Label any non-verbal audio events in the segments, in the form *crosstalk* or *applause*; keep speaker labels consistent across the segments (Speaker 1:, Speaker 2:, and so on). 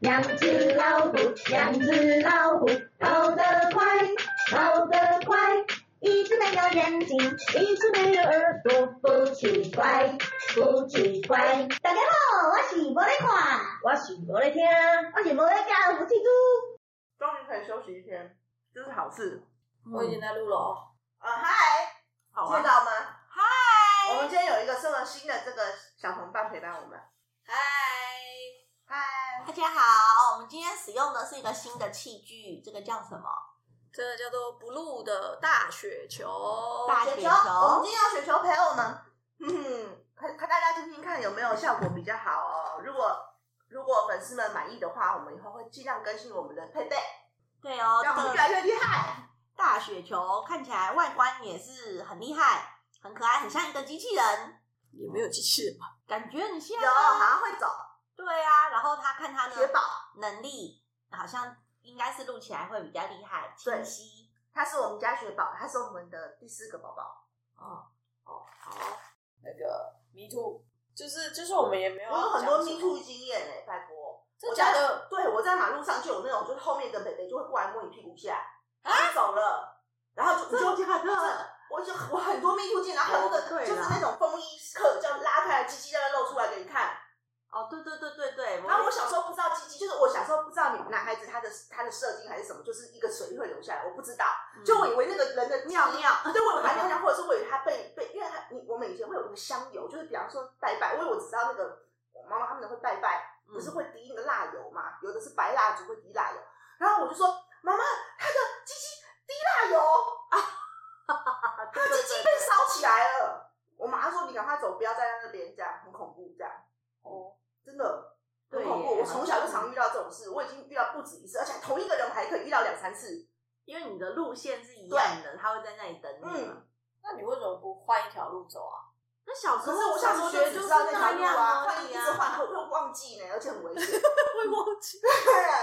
Speaker 1: 两只老虎，两只老虎，跑得快，跑得快。一只没有眼睛，一只没有耳朵，不奇怪，不奇怪。哦
Speaker 2: 大家好，我是无咧看，
Speaker 1: 我是无咧听，
Speaker 2: 我是无咧教，我是猪。
Speaker 3: 终于可以休息一天，这是好事。
Speaker 4: 我
Speaker 2: 嗯
Speaker 4: 已经在录了哦。
Speaker 3: 呃，嗨，
Speaker 4: 好
Speaker 3: 知
Speaker 4: 啊，
Speaker 3: 道吗？
Speaker 4: 嗨
Speaker 3: 我们今天有一个这么新的这个小同伴陪伴我们。
Speaker 4: 嗨，
Speaker 3: 嗨，
Speaker 2: 大家好，我们今天使用的是一个新的器具，这个叫什么？
Speaker 4: 这个叫做不露的大雪球。
Speaker 2: 大
Speaker 3: 雪
Speaker 2: 雪
Speaker 3: 球，
Speaker 2: 球
Speaker 3: 我们今天有雪球陪我们。 *laughs* 嗯，看看大家听听看有没有效果比较好哦。如果如果粉丝们满意的话，我们以后会尽量更新我们的配备，
Speaker 2: 对哦，
Speaker 3: 让我
Speaker 2: 这
Speaker 3: 们
Speaker 2: 个
Speaker 3: 越来越厉害。
Speaker 2: 大雪球看起来外观也是很厉害，很可爱，很像一个机器人，
Speaker 4: 也没有机器人吧？
Speaker 2: 感觉很像
Speaker 3: 有，。好像会走
Speaker 2: 对啊，然后他看他
Speaker 3: 雪
Speaker 2: 的
Speaker 3: 宝，
Speaker 2: 能力，好像应该是录起来会比较厉害，
Speaker 3: 对
Speaker 2: 清晰。
Speaker 3: 他是我们家雪宝，他是我们的第四个宝宝。
Speaker 4: 哦，好，那个迷途，就是就是我们也没有
Speaker 3: 我有很多
Speaker 4: 迷
Speaker 3: 迷途，经验诶、拜托。
Speaker 4: 真
Speaker 3: 我
Speaker 4: 的
Speaker 3: 家
Speaker 4: 假
Speaker 3: 的
Speaker 4: 的？
Speaker 3: 对我在马路上就有那种，就是后面的北北就会过来摸你屁股一下，啊，走了，然后就你就
Speaker 2: 假
Speaker 3: 就是？我就我很多迷途镜，然后还有那
Speaker 2: 哦对
Speaker 3: 个
Speaker 2: 啦
Speaker 3: 就是那种风衣克这样拉开来，鸡鸡在那露出来给你看。
Speaker 2: 哦，对对对对对，
Speaker 3: 然后我小时候不知道鸡鸡，就是我小时候不知道男孩子他的他的射精还是什么，就是一个水会流下来，我不知道，就我以为那个人的
Speaker 2: 嗯尿尿，
Speaker 3: 对，我以为他尿尿，或者是我以为他被被，因为他你我们以前会有一个香油，就是比方说拜拜，我以为我只知道那个我妈妈他们会拜拜，
Speaker 2: 嗯
Speaker 3: 不是会滴那个蜡油嘛？有的是白蜡烛会滴蜡油，然后我就说妈妈，他的鸡鸡滴蜡油，
Speaker 2: *laughs*
Speaker 3: 他的鸡鸡被烧起来了。我妈说你赶快走，不要站在那边，这样很恐怖，这样
Speaker 4: 哦，
Speaker 3: 真的很
Speaker 2: 对
Speaker 3: 恐怖。
Speaker 2: 耶
Speaker 3: 我从小就常遇到这种事，我已经遇到不止一次，而且同一个人我还可以遇到两三次。
Speaker 2: 因为你的路线是一样的，他会在那里等你嘛。
Speaker 4: 嗯那你为什么不换一条路走啊？
Speaker 2: 那哦小时
Speaker 3: 可
Speaker 2: 候
Speaker 3: 是我小时候
Speaker 2: 上
Speaker 3: 就
Speaker 2: 学
Speaker 3: 只
Speaker 2: 就是
Speaker 3: 知道那条
Speaker 2: 那
Speaker 3: 路
Speaker 2: 样
Speaker 3: 啊，
Speaker 2: 而
Speaker 3: 换一
Speaker 2: 已
Speaker 3: 直
Speaker 2: 啊
Speaker 3: 换会会忘记呢，而且很危
Speaker 2: *laughs*
Speaker 3: 险。
Speaker 4: 会忘记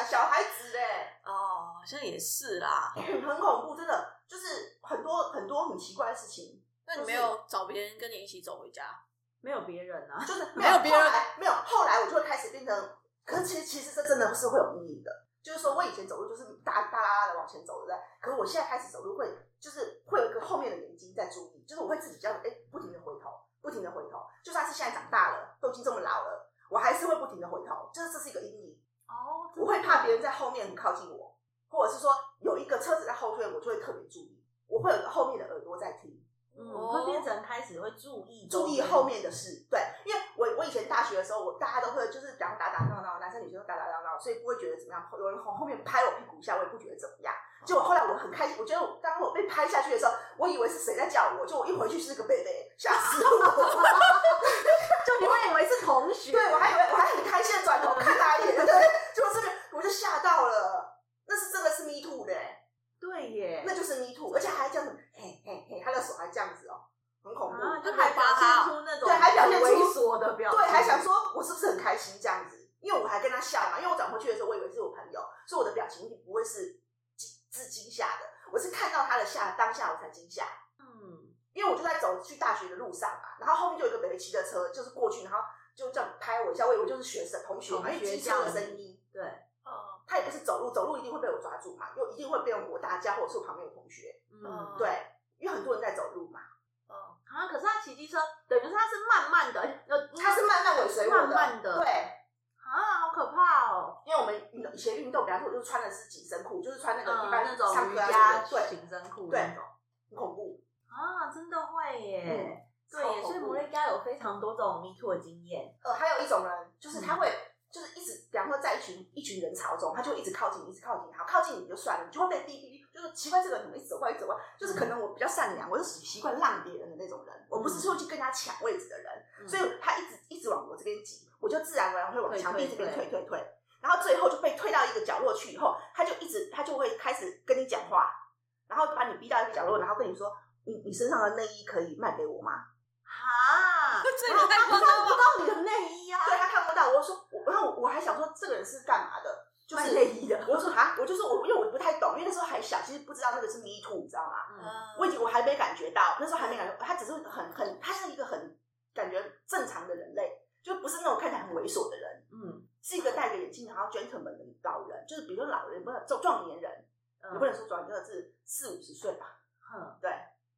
Speaker 3: 小孩子嘞。
Speaker 4: 哦，好像也是啦。
Speaker 3: 很恐怖，真的就是很多很多很奇怪的事情，
Speaker 4: 那你没有找别人跟你一起走回家？
Speaker 2: 没有别人啊，
Speaker 3: 就是
Speaker 4: 没有别人
Speaker 3: 后来没有，后来我就会开始变成，可是其实其实这真的是会有意义的，就是说我以前走路就是大大啦啦的往前走，对不对？可是我现在开始走路会就是会有一个后面的眼睛在注意，就是我会自己这样哎、不停的回头，不停的回头，就算是现在长大了，都已经这么老了，我还是会不停的回头，就是这是一个阴影，
Speaker 2: *laughs* 哦，
Speaker 3: 我会怕别人在后面很靠近我，或者是说有一个车子在后面，我就会特别注意，我会有个后面的耳朵在听。
Speaker 2: 嗯，
Speaker 4: 哦
Speaker 2: 会变成开始会注意
Speaker 3: 注意后面的事。对，因为我我以前大学的时候，我大家都会就是比方打打闹闹，男生女生都打打闹闹，所以不会觉得怎么样。有人从后面拍我屁股一下，我也不觉得怎么样。
Speaker 2: 哦
Speaker 3: 结果后来我很开心，我觉得我当我被拍下去的时候，我以为是谁在叫我，就我一回去是个贝贝，吓死
Speaker 2: *laughs*
Speaker 3: 我！
Speaker 2: 就你会以为是同学，
Speaker 3: 对我还以为我还很开心的转头看他一眼，对，结果这个我就吓到了。那是真的是 me too 的、
Speaker 2: 对耶，
Speaker 3: 那就是 me too，而且还这样子，嘿嘿嘿，他的手还这样子哦、很恐怖。
Speaker 2: 啊，就还表现出那种
Speaker 3: 对还表现出
Speaker 2: 猥琐的表情，
Speaker 3: 对，还想说我是不是很开心这样子？因为我还跟他笑嘛，因为我转过去的时候，我以为是我朋友，所以我的表情一定不会是惊是惊吓的，我是看到他的吓当下我才惊吓，
Speaker 2: 嗯，
Speaker 3: 因为我就在走去大学的路上嘛，然后后面就有一个北北骑着车就是过去，然后就这样拍我一下，我以为就是学生同学嘛，
Speaker 2: 同
Speaker 3: 因为
Speaker 2: 学
Speaker 3: 机
Speaker 2: 这
Speaker 3: 车
Speaker 2: 样
Speaker 3: 的
Speaker 2: 子
Speaker 3: 声音，
Speaker 2: 对，
Speaker 4: 嗯
Speaker 3: 他也不是走路，走路一定会被我抓住嘛，又一定会被我大家或者是我旁边的同学，
Speaker 2: 嗯，
Speaker 3: 对，因为很多人在走路嘛，
Speaker 4: 嗯，
Speaker 2: 啊，可是他骑机车，等于是他是慢慢的，呃，
Speaker 3: 他是慢慢尾随我的，
Speaker 2: 慢慢的
Speaker 3: 对，
Speaker 2: 啊，好可怕哦，
Speaker 3: 因为我们运动以前运动，比方说我就穿的是紧身裤，就是穿那个
Speaker 2: 嗯，
Speaker 3: 一般
Speaker 2: 那种
Speaker 3: 上
Speaker 2: 瑜
Speaker 3: 课啊
Speaker 2: 伽
Speaker 3: 什么的对，
Speaker 2: 紧身裤
Speaker 3: 对
Speaker 2: 那种，
Speaker 3: 很恐怖。
Speaker 2: 啊，真的会耶。
Speaker 3: 嗯，
Speaker 2: *laughs* 对
Speaker 3: 超
Speaker 2: 耶，
Speaker 3: 恐
Speaker 2: 所以
Speaker 3: 怖
Speaker 2: 摩瑞家有非常多这种 me too 的经验。
Speaker 3: 呃，还有一种人就是
Speaker 2: 嗯
Speaker 3: 他会就是一直，比方说在一群一群人潮中，他就一直靠近你，一直靠近你，好靠近你就算了，你就会被逼逼，逼就是奇怪这个人怎么一直走过来一直走过来，就是
Speaker 2: 嗯
Speaker 3: 可能我比较善良，我是属于习惯让别人的那种人，我不是说去跟他抢位置的人，
Speaker 2: 嗯
Speaker 3: 所以他一直一直往我这边挤，我就自然而然会往
Speaker 2: 退
Speaker 3: 墙壁这
Speaker 2: 退
Speaker 3: 边退
Speaker 2: 退
Speaker 3: 退退，然后最后就被推到一个角落去以后，他就一直他就会开始跟你讲话，然后把你逼到一个角落，然后跟你说你你身上的内衣可以卖给我吗？
Speaker 2: 哈，
Speaker 4: 这
Speaker 2: 然后
Speaker 4: 个太
Speaker 2: 他
Speaker 4: 夸
Speaker 2: 看
Speaker 4: 张
Speaker 2: 不
Speaker 4: 了吧。
Speaker 2: 到你的内衣啊，
Speaker 3: 对他看不到，我说我然后我我还想说这个人是干嘛的，就
Speaker 2: 卖
Speaker 3: 是
Speaker 2: 内衣的
Speaker 3: 我说啊，我就说我因为我不太懂，因为那时候还小，其实不知道那个是 me too，你知道吗？
Speaker 2: 嗯，
Speaker 3: 我已经我还没感觉到，那时候还没感觉，他只是很很，他是一个很感觉正常的人类，就不是那种看起来很猥琐的人，
Speaker 2: 嗯，
Speaker 3: 是一个戴着眼镜然想要 gentleman 的老人，就是比如说老人，不能壮壮年人，你不
Speaker 2: 嗯
Speaker 3: 能说壮年，真的是四五十岁吧，
Speaker 2: 哼，
Speaker 3: 对，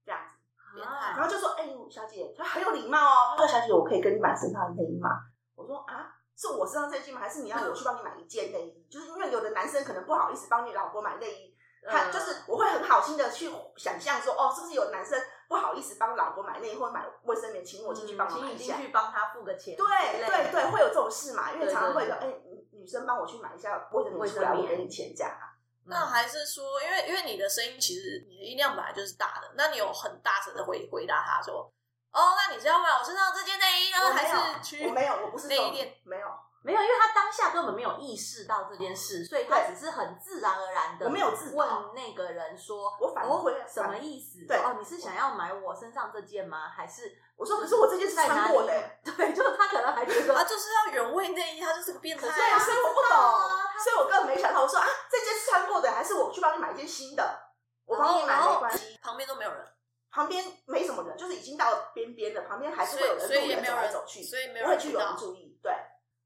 Speaker 3: 这样子。
Speaker 2: 别看
Speaker 3: 然后就说：“哎、小姐，她很有礼貌哦。”她说：“小姐，我可以跟你买身上的内衣吗？”我说：“啊，是我身上这件吗？还是你要我去帮你买一件内衣？就是因为有的男生可能不好意思帮你老婆买内衣，
Speaker 2: 嗯
Speaker 3: 他就是我会很好心的去想象说，哦，是不是有男生不好意思帮老婆买内衣或者买卫生棉，请我进去帮忙
Speaker 2: 嗯请
Speaker 3: 买
Speaker 2: 你
Speaker 3: 一
Speaker 2: 进
Speaker 3: 下？
Speaker 2: 去帮他付个钱之
Speaker 3: 对
Speaker 2: 类的，
Speaker 3: 对对，会有这种事嘛？因为
Speaker 2: 对
Speaker 3: 常常会有，
Speaker 2: 对
Speaker 3: 哎、女女生帮我去买一下卫生
Speaker 2: 卫
Speaker 3: 棉
Speaker 2: 生
Speaker 3: 出来，我
Speaker 2: 棉
Speaker 3: 给你钱这样啊。
Speaker 2: 嗯
Speaker 4: 那还是说，因为因为你的声音其实你的音量本来就是大的，那你有很大声的回回答他说，哦，那你是要买我身上这件内衣呢，
Speaker 3: 我没有
Speaker 4: 还是去
Speaker 3: 我没有，我不是这
Speaker 4: 内衣
Speaker 3: 种
Speaker 4: 店？
Speaker 3: 没有，
Speaker 2: 没有，因为他当下根本没有意识到这件事，所以他
Speaker 3: 对
Speaker 2: 只是很自然而然的
Speaker 3: 我没有自导
Speaker 2: 问那个人说：“
Speaker 3: 我反
Speaker 2: 哦
Speaker 3: 悔
Speaker 2: 什么意思？
Speaker 3: 对
Speaker 2: 哦，你是想要买我身上这件吗？还是
Speaker 3: 我说可是我这件是
Speaker 2: 在哪
Speaker 3: 穿
Speaker 2: 里
Speaker 3: 过的、欸。”
Speaker 2: *laughs* 对，就是他可能还觉得
Speaker 4: 他就是要原味内衣，他就是个变态、
Speaker 3: 对啊，
Speaker 4: 啊。
Speaker 3: 所以我不懂，所以我根本没想到。我说啊，这件是穿过的，还是我去帮你买一件新的？我
Speaker 4: 然
Speaker 3: 帮
Speaker 4: 后
Speaker 3: 你买
Speaker 4: 然
Speaker 3: 没
Speaker 4: 后
Speaker 3: 关系，
Speaker 4: 旁边都没有人，
Speaker 3: 旁边没什么人，就是已经到边边了，旁边还是
Speaker 4: 所
Speaker 3: 会有
Speaker 4: 以
Speaker 3: 人
Speaker 4: 所以
Speaker 3: 路
Speaker 4: 也
Speaker 3: 人
Speaker 4: 没有
Speaker 3: 走来
Speaker 4: 人
Speaker 3: 走去，
Speaker 4: 所以没有
Speaker 3: 不会
Speaker 4: 人
Speaker 3: 去
Speaker 4: 知
Speaker 3: 有人
Speaker 4: 道。
Speaker 3: 注意，对，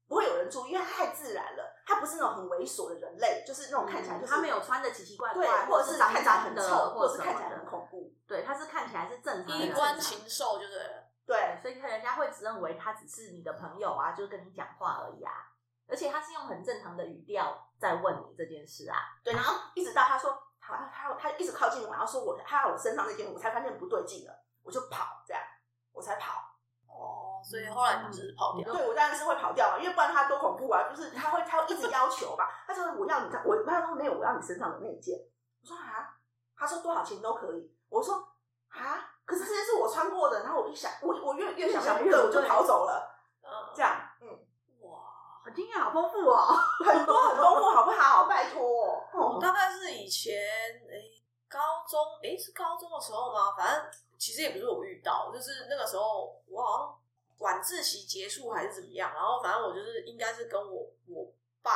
Speaker 3: 不会有人注意，因为它太自然了，它不是那种很猥琐的人类，就是那种看起
Speaker 4: 嗯
Speaker 3: 来就是、
Speaker 2: 他没有穿的奇奇怪
Speaker 3: 对，
Speaker 2: 怪，
Speaker 3: 或者是
Speaker 2: 脏
Speaker 3: 看起来
Speaker 2: 脏
Speaker 3: 很
Speaker 2: 的，
Speaker 3: 臭，或
Speaker 2: 或
Speaker 3: 者是
Speaker 2: 什
Speaker 3: 看起
Speaker 2: 么
Speaker 3: 来很
Speaker 2: 的。
Speaker 3: 恐怖，
Speaker 2: 对，他是看起来是正常的
Speaker 4: 衣
Speaker 2: 人，
Speaker 4: 冠禽兽就对了。
Speaker 3: 对，
Speaker 2: 所以人家会只认为他只是你的朋友啊，就是跟你讲话而已啊。而且他是用很正常的语调在问你这件事啊。
Speaker 3: 对，然后一直到他说他他他一直靠近我，然后说我他我身上那件，我才发现不对劲了，我就跑这样，我才跑。
Speaker 4: 哦，所以后来你就是跑掉。
Speaker 3: 对，我当然是会跑掉嘛，因为不然他多恐怖啊！就是他会，他会一直要求嘛。他说我要你，我他说没有，我要你身上的那一件。我说啊，他说多少钱都可以。我说啊，可是这件是我穿过的。然后我一想，我我越越想
Speaker 2: 越想
Speaker 3: 想不
Speaker 2: 越
Speaker 3: 对，
Speaker 2: 不
Speaker 3: 我就
Speaker 2: 对
Speaker 3: 跑走了。
Speaker 4: 嗯，
Speaker 3: 这样，嗯，
Speaker 4: 哇，
Speaker 2: 我经验好丰富哦。
Speaker 3: *laughs* 很多很丰富，好不好？拜托，
Speaker 4: 我
Speaker 3: 哦，
Speaker 4: 大概是以前诶、高中诶、是高中的时候吗？反正其实也不是我遇到，就是那个时候我好像晚自习结束还是怎么样，然后反正我就是应该是跟我我爸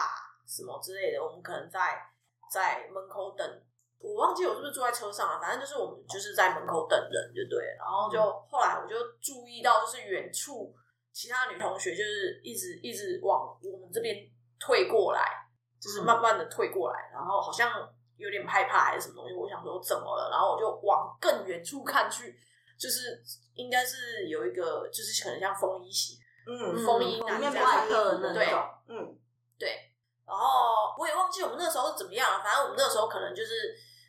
Speaker 4: 什么之类的，我们可能在在门口等。我忘记我是不是坐在车上了，反正就是我们就是在门口等人就对了，然后就后来我就注意到，就是远处其他女同学就是一直一直往我们这边退过来，就是慢慢的退过来，然后好像有点害怕还是什么东西，我想说怎么了，然后我就往更远处看去，就是应该是有一个就是可能像风衣鞋，
Speaker 3: 嗯，
Speaker 4: 风衣
Speaker 3: 里
Speaker 4: 男
Speaker 3: 面
Speaker 4: 这
Speaker 3: 没
Speaker 4: 样
Speaker 3: 有
Speaker 2: 外
Speaker 3: 穿衣服
Speaker 2: 套
Speaker 3: 的
Speaker 2: 那
Speaker 3: 那
Speaker 4: 种
Speaker 3: 种，嗯，
Speaker 4: 对，然后我也忘记我们那时候是怎么样了，反正我们那时候可能就是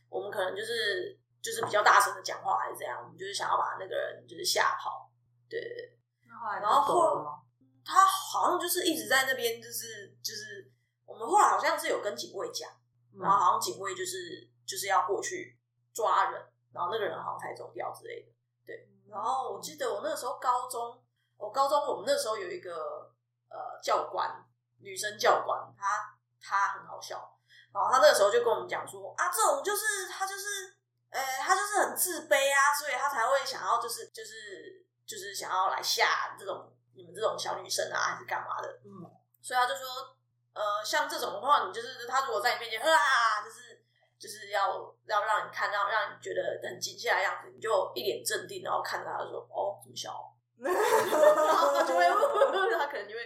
Speaker 4: 我们可能就是就是比较大声的讲话还是怎样，我们就是想要把那个人就是吓跑，对对对。
Speaker 2: 那后来
Speaker 4: 然后
Speaker 2: 走了吗
Speaker 4: 他好像就是一直在那边，就是就是我们后来好像是有跟警卫讲，
Speaker 2: 嗯
Speaker 4: 然后好像警卫就是就是要过去抓人，然后那个人好像才走掉之类的。对，然后我记得我那时候高中，我高中我们那时候有一个呃教官，女生教官，她她很好笑，然后她那个时候就跟我们讲说啊，这种就是她就是呃，他就是很自卑啊，所以他才会想要就是就是就是想要来吓这种你们这种小女生啊，还是干嘛的？嗯，所以他就说，呃，像这种的话，你就是他如果在你面前啊，就是就是要要让你看，让让你觉得很惊吓的样子，你就一脸镇定，然后看着他就说，哦，这么小哦， *laughs* 然后他就会， *laughs* 他可能就会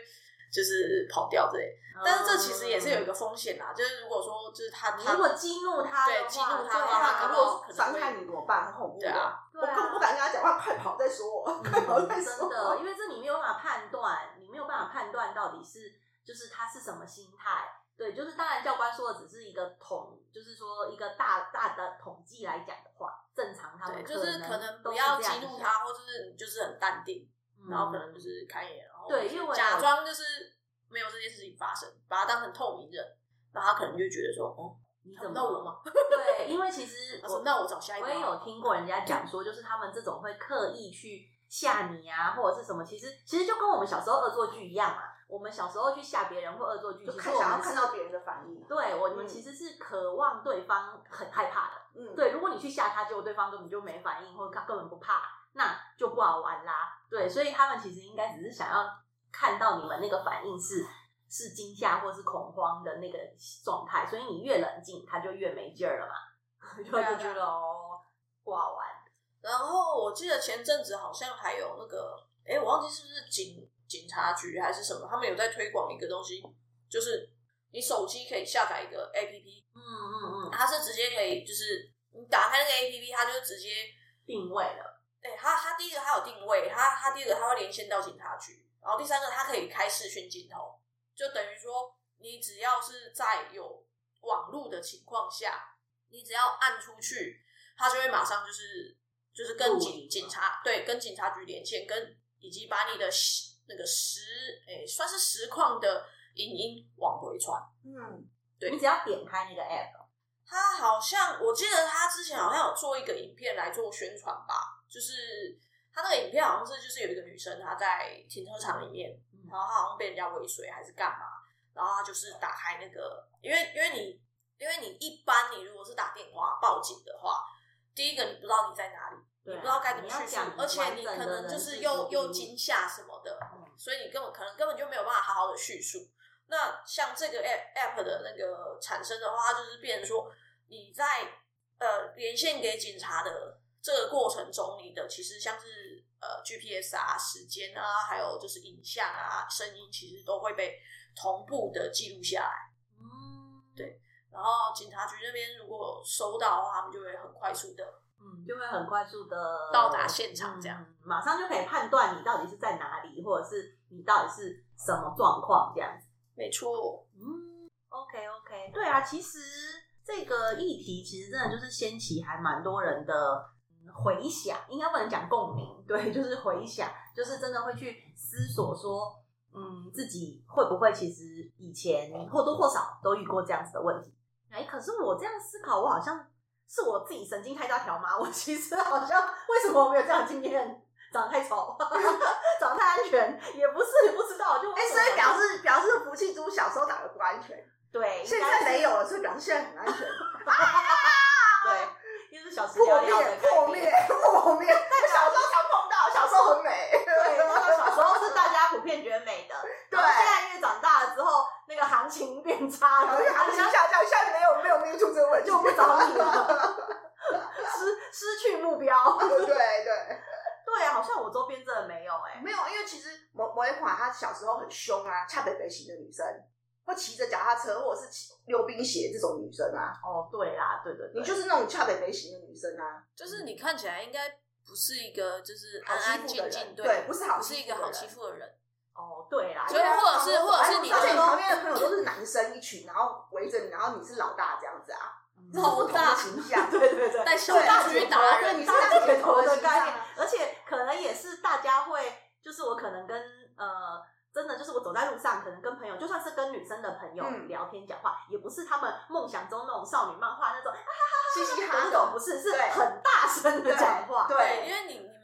Speaker 4: 就是跑掉之类的。但是这其实也是有一个风险啦，就是如果说就是他
Speaker 2: 嗯
Speaker 4: 他
Speaker 2: 如果激怒他的
Speaker 4: 对
Speaker 2: 话，
Speaker 4: 激怒他
Speaker 2: 对啊
Speaker 4: 的话，
Speaker 3: 他 *laughs*
Speaker 4: 他
Speaker 3: 如
Speaker 4: 搞不
Speaker 3: 果
Speaker 4: 好可能
Speaker 3: 伤
Speaker 4: 会
Speaker 3: 害你怎么办？很恐怖的
Speaker 4: 对啊，
Speaker 2: 对
Speaker 3: 我
Speaker 2: 啊
Speaker 3: 根本不敢跟他讲话，快跑再说，快跑再
Speaker 2: 嗯
Speaker 3: 说
Speaker 2: 真。的，因为这你没有办法判断，你没有办法判断到底是就是他是什么心态。对，就是当然教官说的只是一个统，就是说一个大大的统计来讲的话，正常他
Speaker 4: 对，
Speaker 2: 们
Speaker 4: 就是可能
Speaker 2: 都
Speaker 4: 不
Speaker 2: 是
Speaker 4: 要
Speaker 2: 这样
Speaker 4: 激怒
Speaker 2: 想，
Speaker 4: 他，或就是你就是很淡定，
Speaker 2: 嗯
Speaker 4: 然后可能就是开眼，然后
Speaker 2: 对
Speaker 4: 就是
Speaker 2: 因为我
Speaker 4: 假装就是没有这件事情发生，把他当成透明人，然后他可能就觉得说，哦，
Speaker 2: 你
Speaker 4: 他
Speaker 2: 怎
Speaker 4: 不
Speaker 2: 么
Speaker 4: 到我吗？
Speaker 2: 对， *laughs* 因为其实
Speaker 4: 他
Speaker 2: 我
Speaker 4: 说那我找下一个
Speaker 2: 我
Speaker 4: 啊。
Speaker 2: 也有听过人家讲说，就是他们这种会刻意去吓你啊，或者是什么，其实其实就跟我们小时候恶作剧一样嘛。我们小时候去吓别人或恶作剧，
Speaker 3: 就
Speaker 2: 其实
Speaker 3: 看
Speaker 2: 我
Speaker 3: 想要
Speaker 2: 们
Speaker 3: 看
Speaker 2: 是
Speaker 3: 到别人的反应。
Speaker 2: 对我们
Speaker 3: 嗯
Speaker 2: 其实是渴望对方很害怕的。
Speaker 3: 嗯，
Speaker 2: 对，如果你去吓他，结果对方根本就没反应，或者他根本不怕，那就不好玩啦。对，所以他们其实应该只是想要看到你们那个反应是是惊吓或是恐慌的那个状态，所以你越冷静，他就越没劲儿了嘛，就 *laughs*
Speaker 4: 对啊
Speaker 2: 就觉得哦不好玩。
Speaker 4: 然后我记得前阵子好像还有那个，哎，我忘记是不是警警察局还是什么，他们有在推广一个东西，就是你手机可以下载一个 APP，
Speaker 2: 嗯嗯嗯，
Speaker 4: 它是直接可以就是你打开那个 APP，它就直接，
Speaker 2: 定位了，
Speaker 4: 哎、它它第一个它有定位，它它第二个它会连线到警察局，然后第三个它可以开视讯镜头，就等于说你只要是在有网络的情况下，你只要按出去，它就会马上就是就是跟
Speaker 2: 录影
Speaker 4: 警
Speaker 2: 嘛
Speaker 4: 警察对跟警察局连线，跟以及把你的实那个实哎、算是实况的影音往回传。
Speaker 3: 嗯，
Speaker 4: 对
Speaker 2: 你只要点开那个 app，
Speaker 4: 他好像我记得他之前好像有做一个影片来做宣传吧，就是他那个影片好像是就是有一个女生她在停车场里面，然后她好像被人家尾随还是干嘛，然后她就是打开那个，因为因为你因为你一般你如果是打电话报警的话，第一个你不知道你在哪里，
Speaker 2: 对啊
Speaker 4: 你不知道该怎么
Speaker 2: 你要
Speaker 4: 叙述
Speaker 2: 讲，
Speaker 4: 而且你
Speaker 2: 完整
Speaker 4: 可
Speaker 2: 的
Speaker 4: 能
Speaker 2: 人
Speaker 4: 就是
Speaker 2: 事
Speaker 4: 又
Speaker 2: 物
Speaker 4: 又惊吓什么的，
Speaker 2: 嗯
Speaker 4: 所以你根本可能根本就没有办法好好的叙述。那像这个 app app 的那个产生的话，它就是变成说你在呃连线给警察的这个过程中，你的其实像是呃 GPS 啊、时间啊，还有就是影像啊、声音，其实都会被同步的记录下来。
Speaker 2: 嗯，
Speaker 4: 然后警察局那边如果收到的话，他们就会很快速的
Speaker 2: 嗯，就会很快速的
Speaker 4: 到达现场这样
Speaker 2: 嗯马上就可以判断你到底是在哪里，或者是你到底是什么状况这样子。
Speaker 4: 没错，
Speaker 2: 嗯，OK OK，对啊，其实这个议题其实真的就是掀起还蛮多人的嗯回响，应该不能讲共鸣，对，就是回响，就是真的会去思索说，嗯，自己会不会其实以前或多或少都遇过这样子的问题。哎，可是我这样思考，我好像是我自己神经太大条吗？我其实好像为什么我没有这样的经验？长得太丑， *laughs* 长得太安全，也不是不知道，就
Speaker 3: 哎、
Speaker 2: 为什
Speaker 3: 所
Speaker 2: 么
Speaker 3: 以表示表示福气猪小时候打的不安全，
Speaker 2: 对，
Speaker 3: 现
Speaker 2: 应该
Speaker 3: 在
Speaker 2: 是
Speaker 3: 没有了，所以表示现在很安全，
Speaker 2: 对，就是小时
Speaker 3: 破
Speaker 2: 了
Speaker 3: 灭
Speaker 2: 了的
Speaker 3: 破
Speaker 2: 概
Speaker 3: 灭
Speaker 2: 念。
Speaker 3: 破灭。 *laughs* 我小时候常碰到，小时候很美， *laughs*
Speaker 2: 对，那个小时候是大家普遍觉得美的，
Speaker 3: 对
Speaker 2: 然后现在因为长大了之后，那个行情变差
Speaker 3: 然
Speaker 2: 了，
Speaker 3: 后行情下降，现在没有没有 Me Too 这个问题，
Speaker 2: 就不找你了，失失去目标。
Speaker 3: *laughs* 对对，
Speaker 2: 对，啊好像我周边真的没有哎、
Speaker 3: *laughs* 没有，因为其实某某一款她小时候很凶啊，恰北北型的女生，会骑着脚踏车或者是骑溜冰鞋这种女生啊，
Speaker 2: 哦，对啦，对对对，
Speaker 3: 你就是那种恰北北型的女生啊，
Speaker 4: 就是你看起来应该不是一个就是
Speaker 3: 好
Speaker 4: 安
Speaker 3: 欺
Speaker 4: 安
Speaker 3: 负的
Speaker 4: 静
Speaker 3: 人，
Speaker 4: 静，
Speaker 3: 对，不是好
Speaker 4: 不是
Speaker 3: 欺
Speaker 4: 一
Speaker 3: 负的
Speaker 4: 个
Speaker 3: 人
Speaker 4: 好欺负的人。
Speaker 2: 哦，对
Speaker 3: 啊
Speaker 2: 啦，
Speaker 4: 所以或者是或者是你
Speaker 3: 而且你
Speaker 4: 那
Speaker 3: 旁边的朋友都是男生一群，然后围着你，然后你是老大这样子啊，这是
Speaker 2: 嗯
Speaker 3: 不同的形
Speaker 4: *laughs*
Speaker 3: 象，
Speaker 2: 对对对，
Speaker 4: 带小大
Speaker 3: 对
Speaker 4: 狙打
Speaker 3: 对
Speaker 4: 人，
Speaker 3: 你是
Speaker 2: 大
Speaker 3: 大
Speaker 2: 姐
Speaker 3: 姐
Speaker 2: 头
Speaker 3: 头
Speaker 2: 的
Speaker 3: 的啊
Speaker 2: 概
Speaker 3: 概
Speaker 2: 念
Speaker 3: 念，
Speaker 2: 而且可能也是大家会，就是我可能跟呃，真的就是我走在路上，可能跟朋友，就算是跟女生的朋友
Speaker 3: 嗯
Speaker 2: 聊天讲话，也不是他们梦想中那种少女漫画那种啊
Speaker 3: 嘻嘻哈
Speaker 2: 那种，
Speaker 3: 哈
Speaker 2: 不，是，是
Speaker 3: 对
Speaker 2: 很大声的讲话，
Speaker 4: *laughs* 对，
Speaker 3: 对
Speaker 4: 因为你你们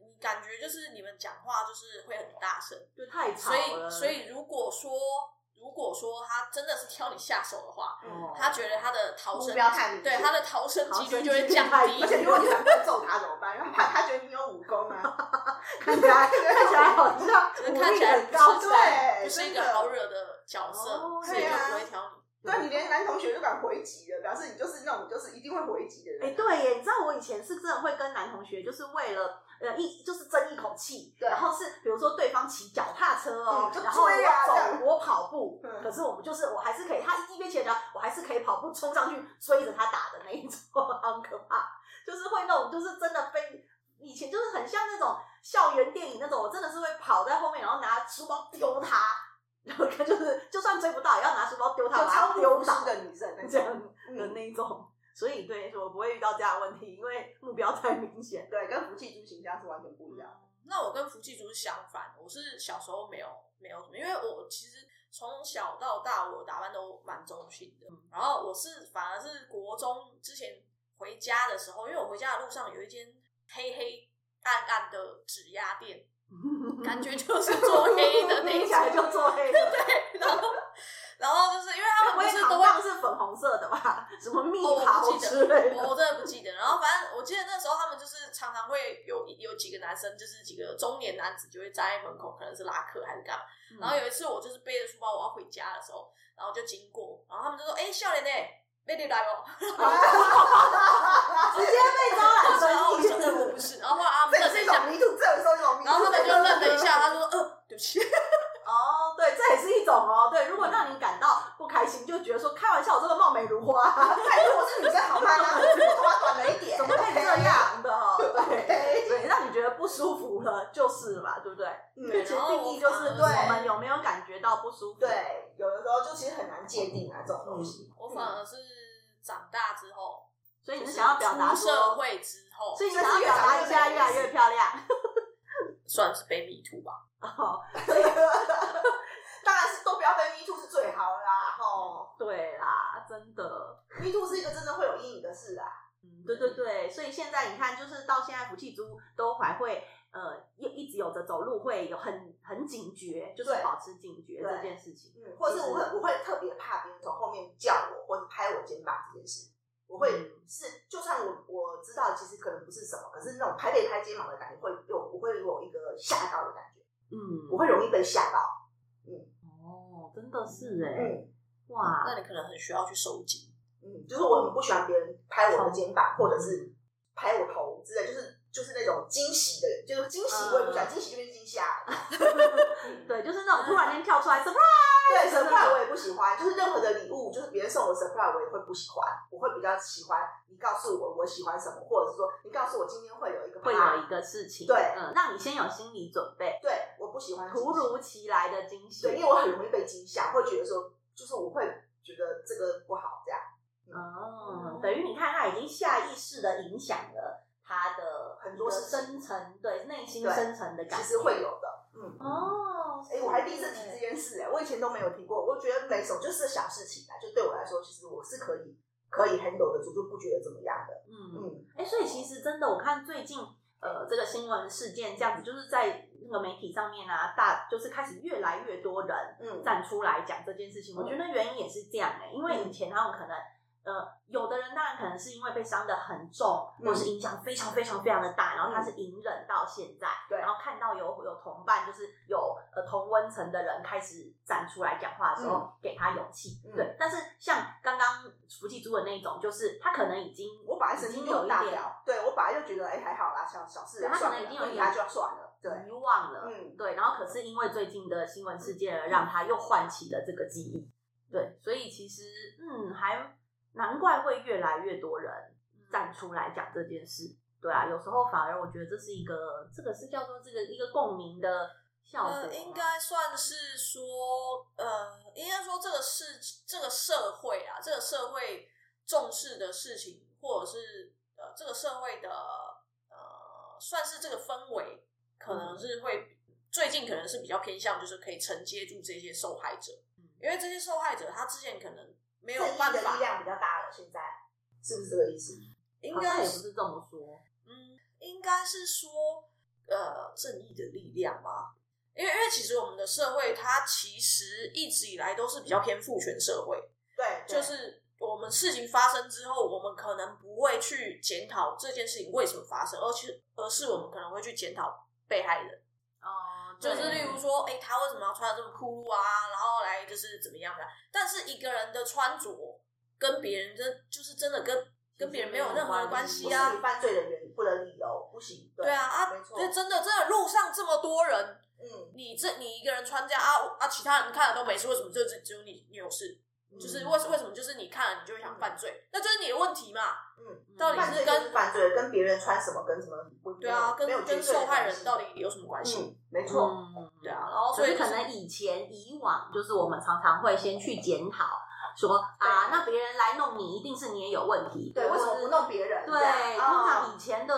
Speaker 4: 你感觉就是你们讲话就是会很大声，
Speaker 2: 就太吵
Speaker 4: 所以
Speaker 2: 了，
Speaker 4: 所以如果说如果说他真的是挑你下手的话，
Speaker 2: 哦
Speaker 4: 他觉得他的逃
Speaker 3: 目
Speaker 4: 生
Speaker 3: 标太明
Speaker 4: 对
Speaker 3: 显
Speaker 4: 他的逃生几
Speaker 2: 好生
Speaker 4: 率就会
Speaker 2: 气
Speaker 4: 降
Speaker 2: 太
Speaker 4: 低
Speaker 3: 而。且如果你想揍他怎么办？因为他他觉得你有武功啊，
Speaker 2: *laughs* 看起来看起来好嗯像
Speaker 4: 就是
Speaker 2: 武
Speaker 4: 看
Speaker 2: 力
Speaker 4: 起来
Speaker 2: 很
Speaker 4: 不
Speaker 2: 高
Speaker 4: 是
Speaker 2: 的，
Speaker 3: 对
Speaker 4: 不是一
Speaker 3: 真
Speaker 4: 个
Speaker 3: 的
Speaker 4: 好惹的角色
Speaker 2: 哦，
Speaker 4: 所以就
Speaker 3: 对啊
Speaker 4: 不会挑你。
Speaker 3: 对你连男同学都敢回击了，表示你就是那种就是一定会回击的
Speaker 2: 哎、
Speaker 3: 人。啊
Speaker 2: 对耶，你知道我以前是真的会跟男同学，就是为了呃一就是争一口气，
Speaker 3: 对
Speaker 2: 然后是比如说对方骑脚踏车哦，
Speaker 3: 嗯就
Speaker 2: 然后我
Speaker 3: 追啊这
Speaker 2: 走
Speaker 3: 样
Speaker 2: 我跑步，
Speaker 3: 嗯
Speaker 2: 可是我们就是我还是可以，他一边骑着，我还是可以跑步冲上去追着他打的那一种，很可怕，就是会那种就是真的被以前就是很像那种校园电影那种，我真的是会跑在后面，然后拿书包丢他，然后他就是就算追不到也要拿书包丢他，
Speaker 3: 有
Speaker 2: 把
Speaker 3: 超
Speaker 2: 他丢
Speaker 3: 丢失
Speaker 2: 倒
Speaker 3: 的女生那
Speaker 2: 啊这样
Speaker 3: 种，。
Speaker 2: 的
Speaker 3: 嗯，
Speaker 2: 那一种，所以对，我不会遇到这样的问题，因为目标太明显。
Speaker 3: 对，跟福气猪形象是完全不一样。
Speaker 4: 那我跟福气猪相反，我是小时候没有没有什么，因为我其实从小到大我打扮都蛮中性的，然后我是反而是国中之前回家的时候，因为我回家的路上有一间黑黑暗暗的指压店，感觉就是做
Speaker 2: *laughs*
Speaker 4: 黑的 *laughs* 那
Speaker 2: 听
Speaker 4: 一
Speaker 2: 起来
Speaker 4: 种，
Speaker 2: 就做黑的，
Speaker 4: 然后然后就是因为他们
Speaker 2: 不
Speaker 4: *laughs* 不
Speaker 2: 会
Speaker 4: 是都
Speaker 2: *laughs* 糖
Speaker 4: 会
Speaker 2: 棒是粉红色的吧？ *laughs* 什么蜜
Speaker 4: 哦
Speaker 2: 桃
Speaker 4: 我不记得
Speaker 2: 之类
Speaker 4: 我
Speaker 2: 的。
Speaker 4: 我真的不记得。然后反正我记得那时候他们就是常常会有有几个男生，就是几个中年男子就会站在门口，可能是拉客还是干嘛。
Speaker 2: 嗯
Speaker 4: 然后有一次我就是背着书包我要回家的时候，然后就经过，然后他们就说：“哎、笑脸呢？被你来
Speaker 2: *laughs*
Speaker 4: 哦。
Speaker 2: 直接被招”
Speaker 4: 我
Speaker 2: 揽 *laughs*
Speaker 4: 说：“哦，我
Speaker 2: 生
Speaker 4: 说
Speaker 2: 意，
Speaker 4: 哎我不是。”然后后来他
Speaker 3: 这
Speaker 4: 们
Speaker 3: 也是
Speaker 4: 愣了
Speaker 3: 一种迷途，
Speaker 4: 一下，
Speaker 3: 这也是一种迷途。
Speaker 4: 然后他们就愣了
Speaker 2: *laughs*
Speaker 4: 一下，他说：“呃，对不起。
Speaker 2: 哦，对，这也是一种哦。对，如果让你感到不开心就觉得说开玩笑，我真的貌美如花，
Speaker 3: 拜托，我是女生好吗？我只头发短了一点，
Speaker 2: 怎么可以这样的
Speaker 4: *laughs*
Speaker 2: 哦？对
Speaker 3: 对
Speaker 2: 对，让你觉得不舒服了就是嘛，对不对？
Speaker 3: 嗯
Speaker 2: 其实定义就是
Speaker 4: 对
Speaker 2: 我们有没有感觉到不舒服？
Speaker 3: 对，有的时候就其实很难界定啊，这种东西。
Speaker 4: 我反而是长大之后，
Speaker 2: 所以 *laughs* 你是想要表达
Speaker 4: 出社
Speaker 2: 说，
Speaker 4: 会之后，
Speaker 2: 所以你想要表达一下越来越漂亮，
Speaker 4: 算是被迷途吧。
Speaker 2: 哦，
Speaker 3: *laughs* 当然是都不要被 Me Too 是最好啦，吼
Speaker 2: 对啦，真的。
Speaker 3: ，Me Too 是一个真的会有阴影的事啊。
Speaker 2: 嗯，对对对，所以现在你看，就是到现在福气猪都还会呃，一一直有着走路会有很很警觉，就是
Speaker 3: 对
Speaker 2: 保持警觉
Speaker 3: 对
Speaker 2: 这件事情。
Speaker 3: 嗯，或者是我
Speaker 2: 其实
Speaker 3: 会我会特别怕别人从后面叫我或者拍我肩膀这件事，我会
Speaker 2: 嗯
Speaker 3: 是就算我我知道其实可能不是什么，可是那种拍被拍肩膀的感觉会有我会有一个吓到的感觉，
Speaker 2: 嗯，
Speaker 3: 我会容易被吓到。
Speaker 2: 哦，真的是哎、
Speaker 3: 嗯
Speaker 2: 哇，
Speaker 4: 那你可能很需要去收集，
Speaker 3: 嗯，就是我很不喜欢别人拍我的肩膀或者
Speaker 2: 嗯
Speaker 3: 是拍我头之类，就是就是那种惊喜的，就是惊喜我也不喜欢，
Speaker 2: 嗯
Speaker 3: 惊喜就变惊
Speaker 2: *laughs*
Speaker 3: 吓。
Speaker 2: 对，就是那种突然间跳出
Speaker 3: 嗯
Speaker 2: 来 surprise，
Speaker 3: 对 surprise 我也不喜欢，就是任何的礼物，就是别人送我 surprise 我也会不喜欢，我会比较喜欢你告诉我我喜欢什么，或者是说你告诉我今天会有一个
Speaker 2: 会
Speaker 3: party
Speaker 2: 有一个事情，
Speaker 3: 对
Speaker 2: 嗯，让你先有心理准备，
Speaker 3: 对，我不喜欢惊
Speaker 2: 突如其来的惊
Speaker 3: 喜
Speaker 2: 喜，
Speaker 3: 对，因为我很容易被惊吓，会觉得说就是我会觉得这个不好这样，
Speaker 2: 哦，等于你看，他已经下意识的影响了他的
Speaker 3: 很多
Speaker 2: 一个
Speaker 3: 事情
Speaker 2: 深层，对内心
Speaker 3: 对
Speaker 2: 深层的感
Speaker 3: 其实
Speaker 2: 觉，
Speaker 3: 会有的，嗯。
Speaker 2: 哦，
Speaker 3: 哎、我还第一次提这件事、哎，我以前都没有提过，我觉得没什么，就是小事情啊，就对我来说，其实我是可以可以 handle 得住，就不觉得怎么样的，
Speaker 2: 嗯，
Speaker 3: 嗯，
Speaker 2: 哎、所以其实真的，我看最近呃这个新闻事件这样子，就是在那个媒体上面啊，大就是开始越来越多人
Speaker 3: 嗯
Speaker 2: 站出来讲这件事情。我觉得原因也是这样哎、因为以前他们可能。呃，有的人当然可能是因为被伤得很重，
Speaker 3: 嗯
Speaker 2: 或是影响非常非常非常的大，然后他是隐忍到现在，
Speaker 3: 对
Speaker 2: 然后看到有有同伴，就是有呃同温层的人开始站出来讲话的时候，给他勇气，
Speaker 3: 嗯
Speaker 2: 对。但是像刚刚福气猪的那一种，就是他可能已经
Speaker 3: 我本来神
Speaker 2: 已
Speaker 3: 经就
Speaker 2: 经有
Speaker 3: 很
Speaker 2: 一
Speaker 3: 大
Speaker 2: 点
Speaker 3: 条，对我本来就觉得哎、还好啦，小小事
Speaker 2: 对他可
Speaker 3: 算
Speaker 2: 能
Speaker 3: 了，
Speaker 2: 已经有
Speaker 3: 不
Speaker 2: 一
Speaker 3: 理
Speaker 2: 点
Speaker 3: 他就要算了，对，
Speaker 2: 遗忘了，
Speaker 3: 嗯，
Speaker 2: 对。然后可是因为最近的新闻事件而让他又唤起了这个记忆，对。所以其实嗯，还难怪会越来越多人站出来讲这件事。对啊，有时候反而我觉得这是一个，这个是叫做这个一个共鸣的效果吗，
Speaker 4: 呃，应该算是说，呃，应该说这个事，这个社会啊，这个社会重视的事情，或者是呃，这个社会的呃，算是这个氛围，可能
Speaker 2: 嗯
Speaker 4: 是会最近可能是比较偏向，就是可以承接住这些受害者，
Speaker 2: 嗯
Speaker 4: 因为这些受害者他之前可能没有
Speaker 3: 正义
Speaker 4: 办
Speaker 3: 的力
Speaker 4: 法，
Speaker 3: 量比较大了，现在是不是这个意思？
Speaker 4: 应
Speaker 2: 好像
Speaker 4: 该
Speaker 2: 也
Speaker 4: 是
Speaker 2: 不是这么说，
Speaker 4: 嗯，应该是说，呃，正义的力量吧。因为因为其实我们的社会，它其实一直以来都是比较偏父权社会，
Speaker 3: 对，对
Speaker 4: 就是我们事情发生之后，我们可能不会去检讨这件事情为什么发生，而且而是我们可能会去检讨被害人，
Speaker 2: 哦、
Speaker 4: 就是
Speaker 2: 对
Speaker 4: 例如说，哎、他为什么要穿的这么酷露啊，然后来就是怎么样的。啊但是一个人的穿着跟别人真就是真的跟跟别人没有任何的关
Speaker 3: 不
Speaker 4: 系
Speaker 3: 是
Speaker 4: 啊，
Speaker 3: 你犯罪的原因不能理由，不行，
Speaker 4: 对啊啊
Speaker 3: 没！错，
Speaker 4: 这真的真的路上这么多人，
Speaker 3: 嗯，
Speaker 4: 你这你一个人穿这样啊啊，其他人看了都没事，为什么就只只有你你有事？
Speaker 3: 嗯
Speaker 4: 就是为什为什么就是你看了你就会想犯罪？那就是你的问题嘛。
Speaker 3: 嗯，
Speaker 4: 到底
Speaker 3: 犯罪
Speaker 4: 是
Speaker 3: 就是
Speaker 4: 跟
Speaker 3: 犯罪，跟别人穿什么跟什么不
Speaker 4: 对啊，跟
Speaker 3: 没有
Speaker 4: 跟受害人到
Speaker 3: 底
Speaker 4: 底有什么关系？
Speaker 3: 嗯，没错，
Speaker 2: 嗯
Speaker 4: 对啊，然后
Speaker 2: 所
Speaker 4: 所
Speaker 2: 以
Speaker 4: 以就
Speaker 2: 可
Speaker 4: 是
Speaker 2: 能以前以往就是我们常常会先去检讨，说啊，那别人来弄你，一定是你也有问题，
Speaker 3: 对，为什么不？弄别
Speaker 2: 或
Speaker 3: 人？
Speaker 2: 者是
Speaker 3: 这样
Speaker 2: 对，通常
Speaker 3: 哦
Speaker 2: 以前的。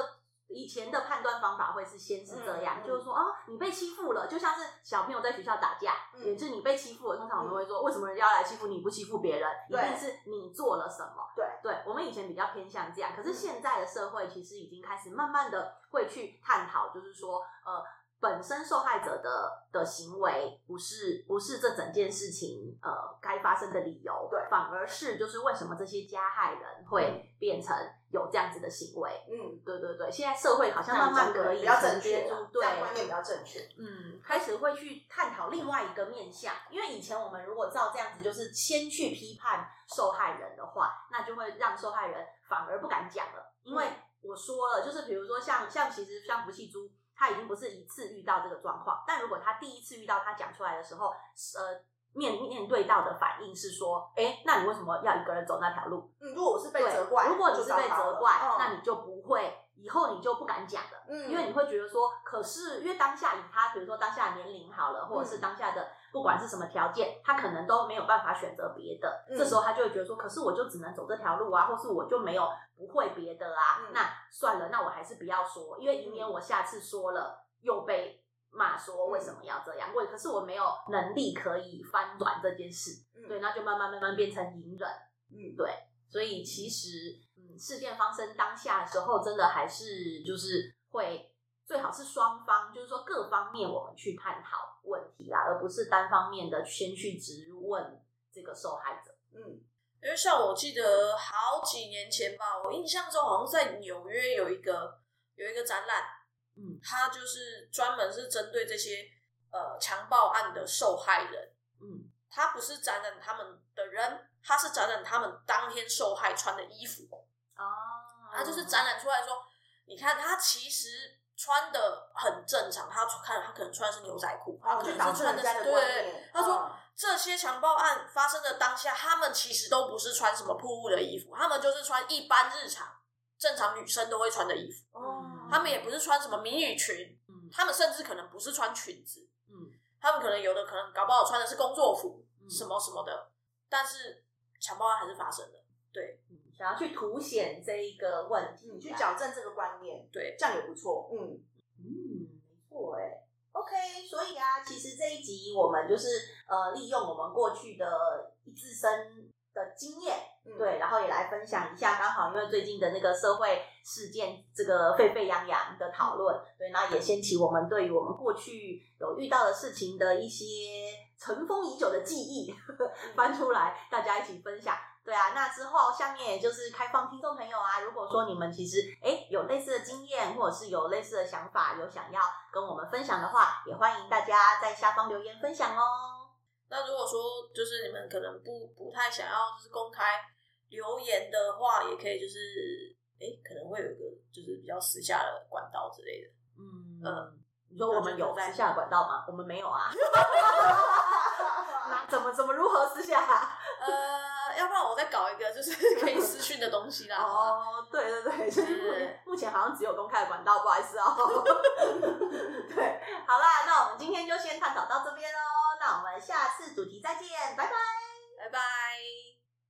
Speaker 2: 以前的判断方法会是先是这样，
Speaker 3: 嗯嗯
Speaker 2: 就是说哦，你被欺负了，就像是小朋友在学校打架，
Speaker 3: 嗯
Speaker 2: 也是你被欺负了。通常我们会说，为什么人家要来欺负你，不欺负别人？一
Speaker 3: 对
Speaker 2: 定是你做了什么。
Speaker 3: 对嗯
Speaker 2: 对，我们以前比较偏向这样，可是现在的社会其实已经开始慢慢的会去探讨，就是说，呃，本身受害者的的行为不是不是这整件事情呃该发生的理由，
Speaker 3: 对
Speaker 2: 反而是就是为什么这些加害人会变成有这样子的行为？
Speaker 3: 嗯，
Speaker 2: 对对对，现在社会好像慢慢可以
Speaker 3: 比较正
Speaker 2: 承接
Speaker 3: 确
Speaker 2: 住
Speaker 3: 啊，这
Speaker 2: 对
Speaker 3: 样观念比较正确，
Speaker 2: 嗯，开始会去探讨另外一个面向，因为以前我们如果照这样子，就是先去批判受害人的话，那就会让受害人反而不敢讲了，因
Speaker 3: 嗯
Speaker 2: 为我说了，就是比如说像像其实像福气猪，他已经不是一次遇到这个状况，但如果他第一次遇到他讲出来的时候，呃，面面对到的反应是说，哎，那你为什么要一个人走那条路？
Speaker 3: 嗯，如果我是被
Speaker 2: 对
Speaker 3: 责怪，
Speaker 2: 如果你
Speaker 3: 就是糟
Speaker 2: 被
Speaker 3: 糕
Speaker 2: 责
Speaker 3: 了
Speaker 2: 怪，
Speaker 3: 嗯
Speaker 2: 那你就不会，以后你就不敢讲了。
Speaker 3: 嗯，
Speaker 2: 因为你会觉得说，可是因为当下以他，比如说当下的年龄好了，
Speaker 3: 嗯
Speaker 2: 或者是当下的不管是什么条件，他可能都没有办法选择别的。
Speaker 3: 嗯
Speaker 2: 这时候他就会觉得说，可是我就只能走这条路啊，或是我就没有不会别的啊。
Speaker 3: 嗯
Speaker 2: 那算了，那我还是不要说，因为以免我下次说了又被骂说为
Speaker 3: 嗯
Speaker 2: 什么要这样，或者可是我没有能力可以翻转这件事。
Speaker 3: 嗯
Speaker 2: 对，那就慢慢慢慢变成隐忍。
Speaker 3: 嗯
Speaker 2: 对，所以其实，嗯，事件发生当下的时候，真的还是就是会最好是双方，就是说各方面我们去探讨问题啦，而不是单方面的先去质问这个受害者。
Speaker 3: 嗯
Speaker 4: 因为像我记得好几年前吧，我印象中好像在纽约有一个有一个展览，
Speaker 2: 嗯，
Speaker 4: 它就是专门是针对这些呃强暴案的受害人，
Speaker 2: 嗯
Speaker 4: 它不是展览他们的人，它是展览他们当天受害穿的衣服，
Speaker 2: 哦
Speaker 4: 它就是展览出来说，你看他其实穿的很正常，他看他可能穿的是牛仔裤，他可
Speaker 3: 去哦
Speaker 4: 能
Speaker 3: 导致
Speaker 4: 是穿
Speaker 3: 人
Speaker 4: 的
Speaker 3: 家
Speaker 4: 是
Speaker 3: 的
Speaker 4: 对
Speaker 3: 观
Speaker 4: 对对，
Speaker 3: 念。
Speaker 4: 他说
Speaker 3: 嗯
Speaker 4: 这些强暴案发生的当下，他们其实都不是穿什么铺路的衣服，他们就是穿一般日常正常女生都会穿的衣服，
Speaker 3: 哦
Speaker 4: 他们也不是穿什么迷你裙，
Speaker 2: 嗯
Speaker 4: 他们甚至可能不是穿裙子，
Speaker 2: 嗯
Speaker 4: 他们可能有的可能搞不好穿的是工作服
Speaker 2: 嗯
Speaker 4: 什么什么的，但是强暴案还是发生了，对
Speaker 2: 嗯想要去凸显这一个问题，
Speaker 3: 嗯去，矫正这个观念，
Speaker 4: 对，
Speaker 3: 这样也不错。嗯，
Speaker 2: 嗯，没错哎。OK，所以啊，其实这一集我们就是呃，利用我们过去的自身的经验，
Speaker 3: 嗯，
Speaker 2: 对，然后也来分享一下，刚好因为最近的那个社会事件，这个沸沸扬扬的讨论，对，那也掀起我们对于我们过去有遇到的事情的一些尘封已久的记忆 *laughs* 翻出来，大家一起分享。对啊，那之后下面也就是开放听众朋友啊，如果说你们其实诶有类似的经验，或者是有类似的想法，有想要跟我们分享的话，也欢迎大家在下方留言分享哦。
Speaker 4: 那如果说就是你们可能不不太想要就是公开留言的话，也可以就是诶、可能会有一个就是比较私下的管道之类的。
Speaker 2: 嗯
Speaker 4: 呃
Speaker 2: 你说我们有私下的管道吗？我们没有 *laughs* 啊。那怎么怎么如何私下、 *laughs*
Speaker 4: 呃，要不然我再搞一个就是 *laughs* 可以私讯的东西啦。
Speaker 2: 哦，对对对，就是目前
Speaker 4: 对
Speaker 2: 目前好像只有公开的管道，不好意思哦。 *laughs* 对，好啦，那我们今哦天就先探讨到这边喽，那我们下次主题再见，拜拜。
Speaker 4: 拜拜。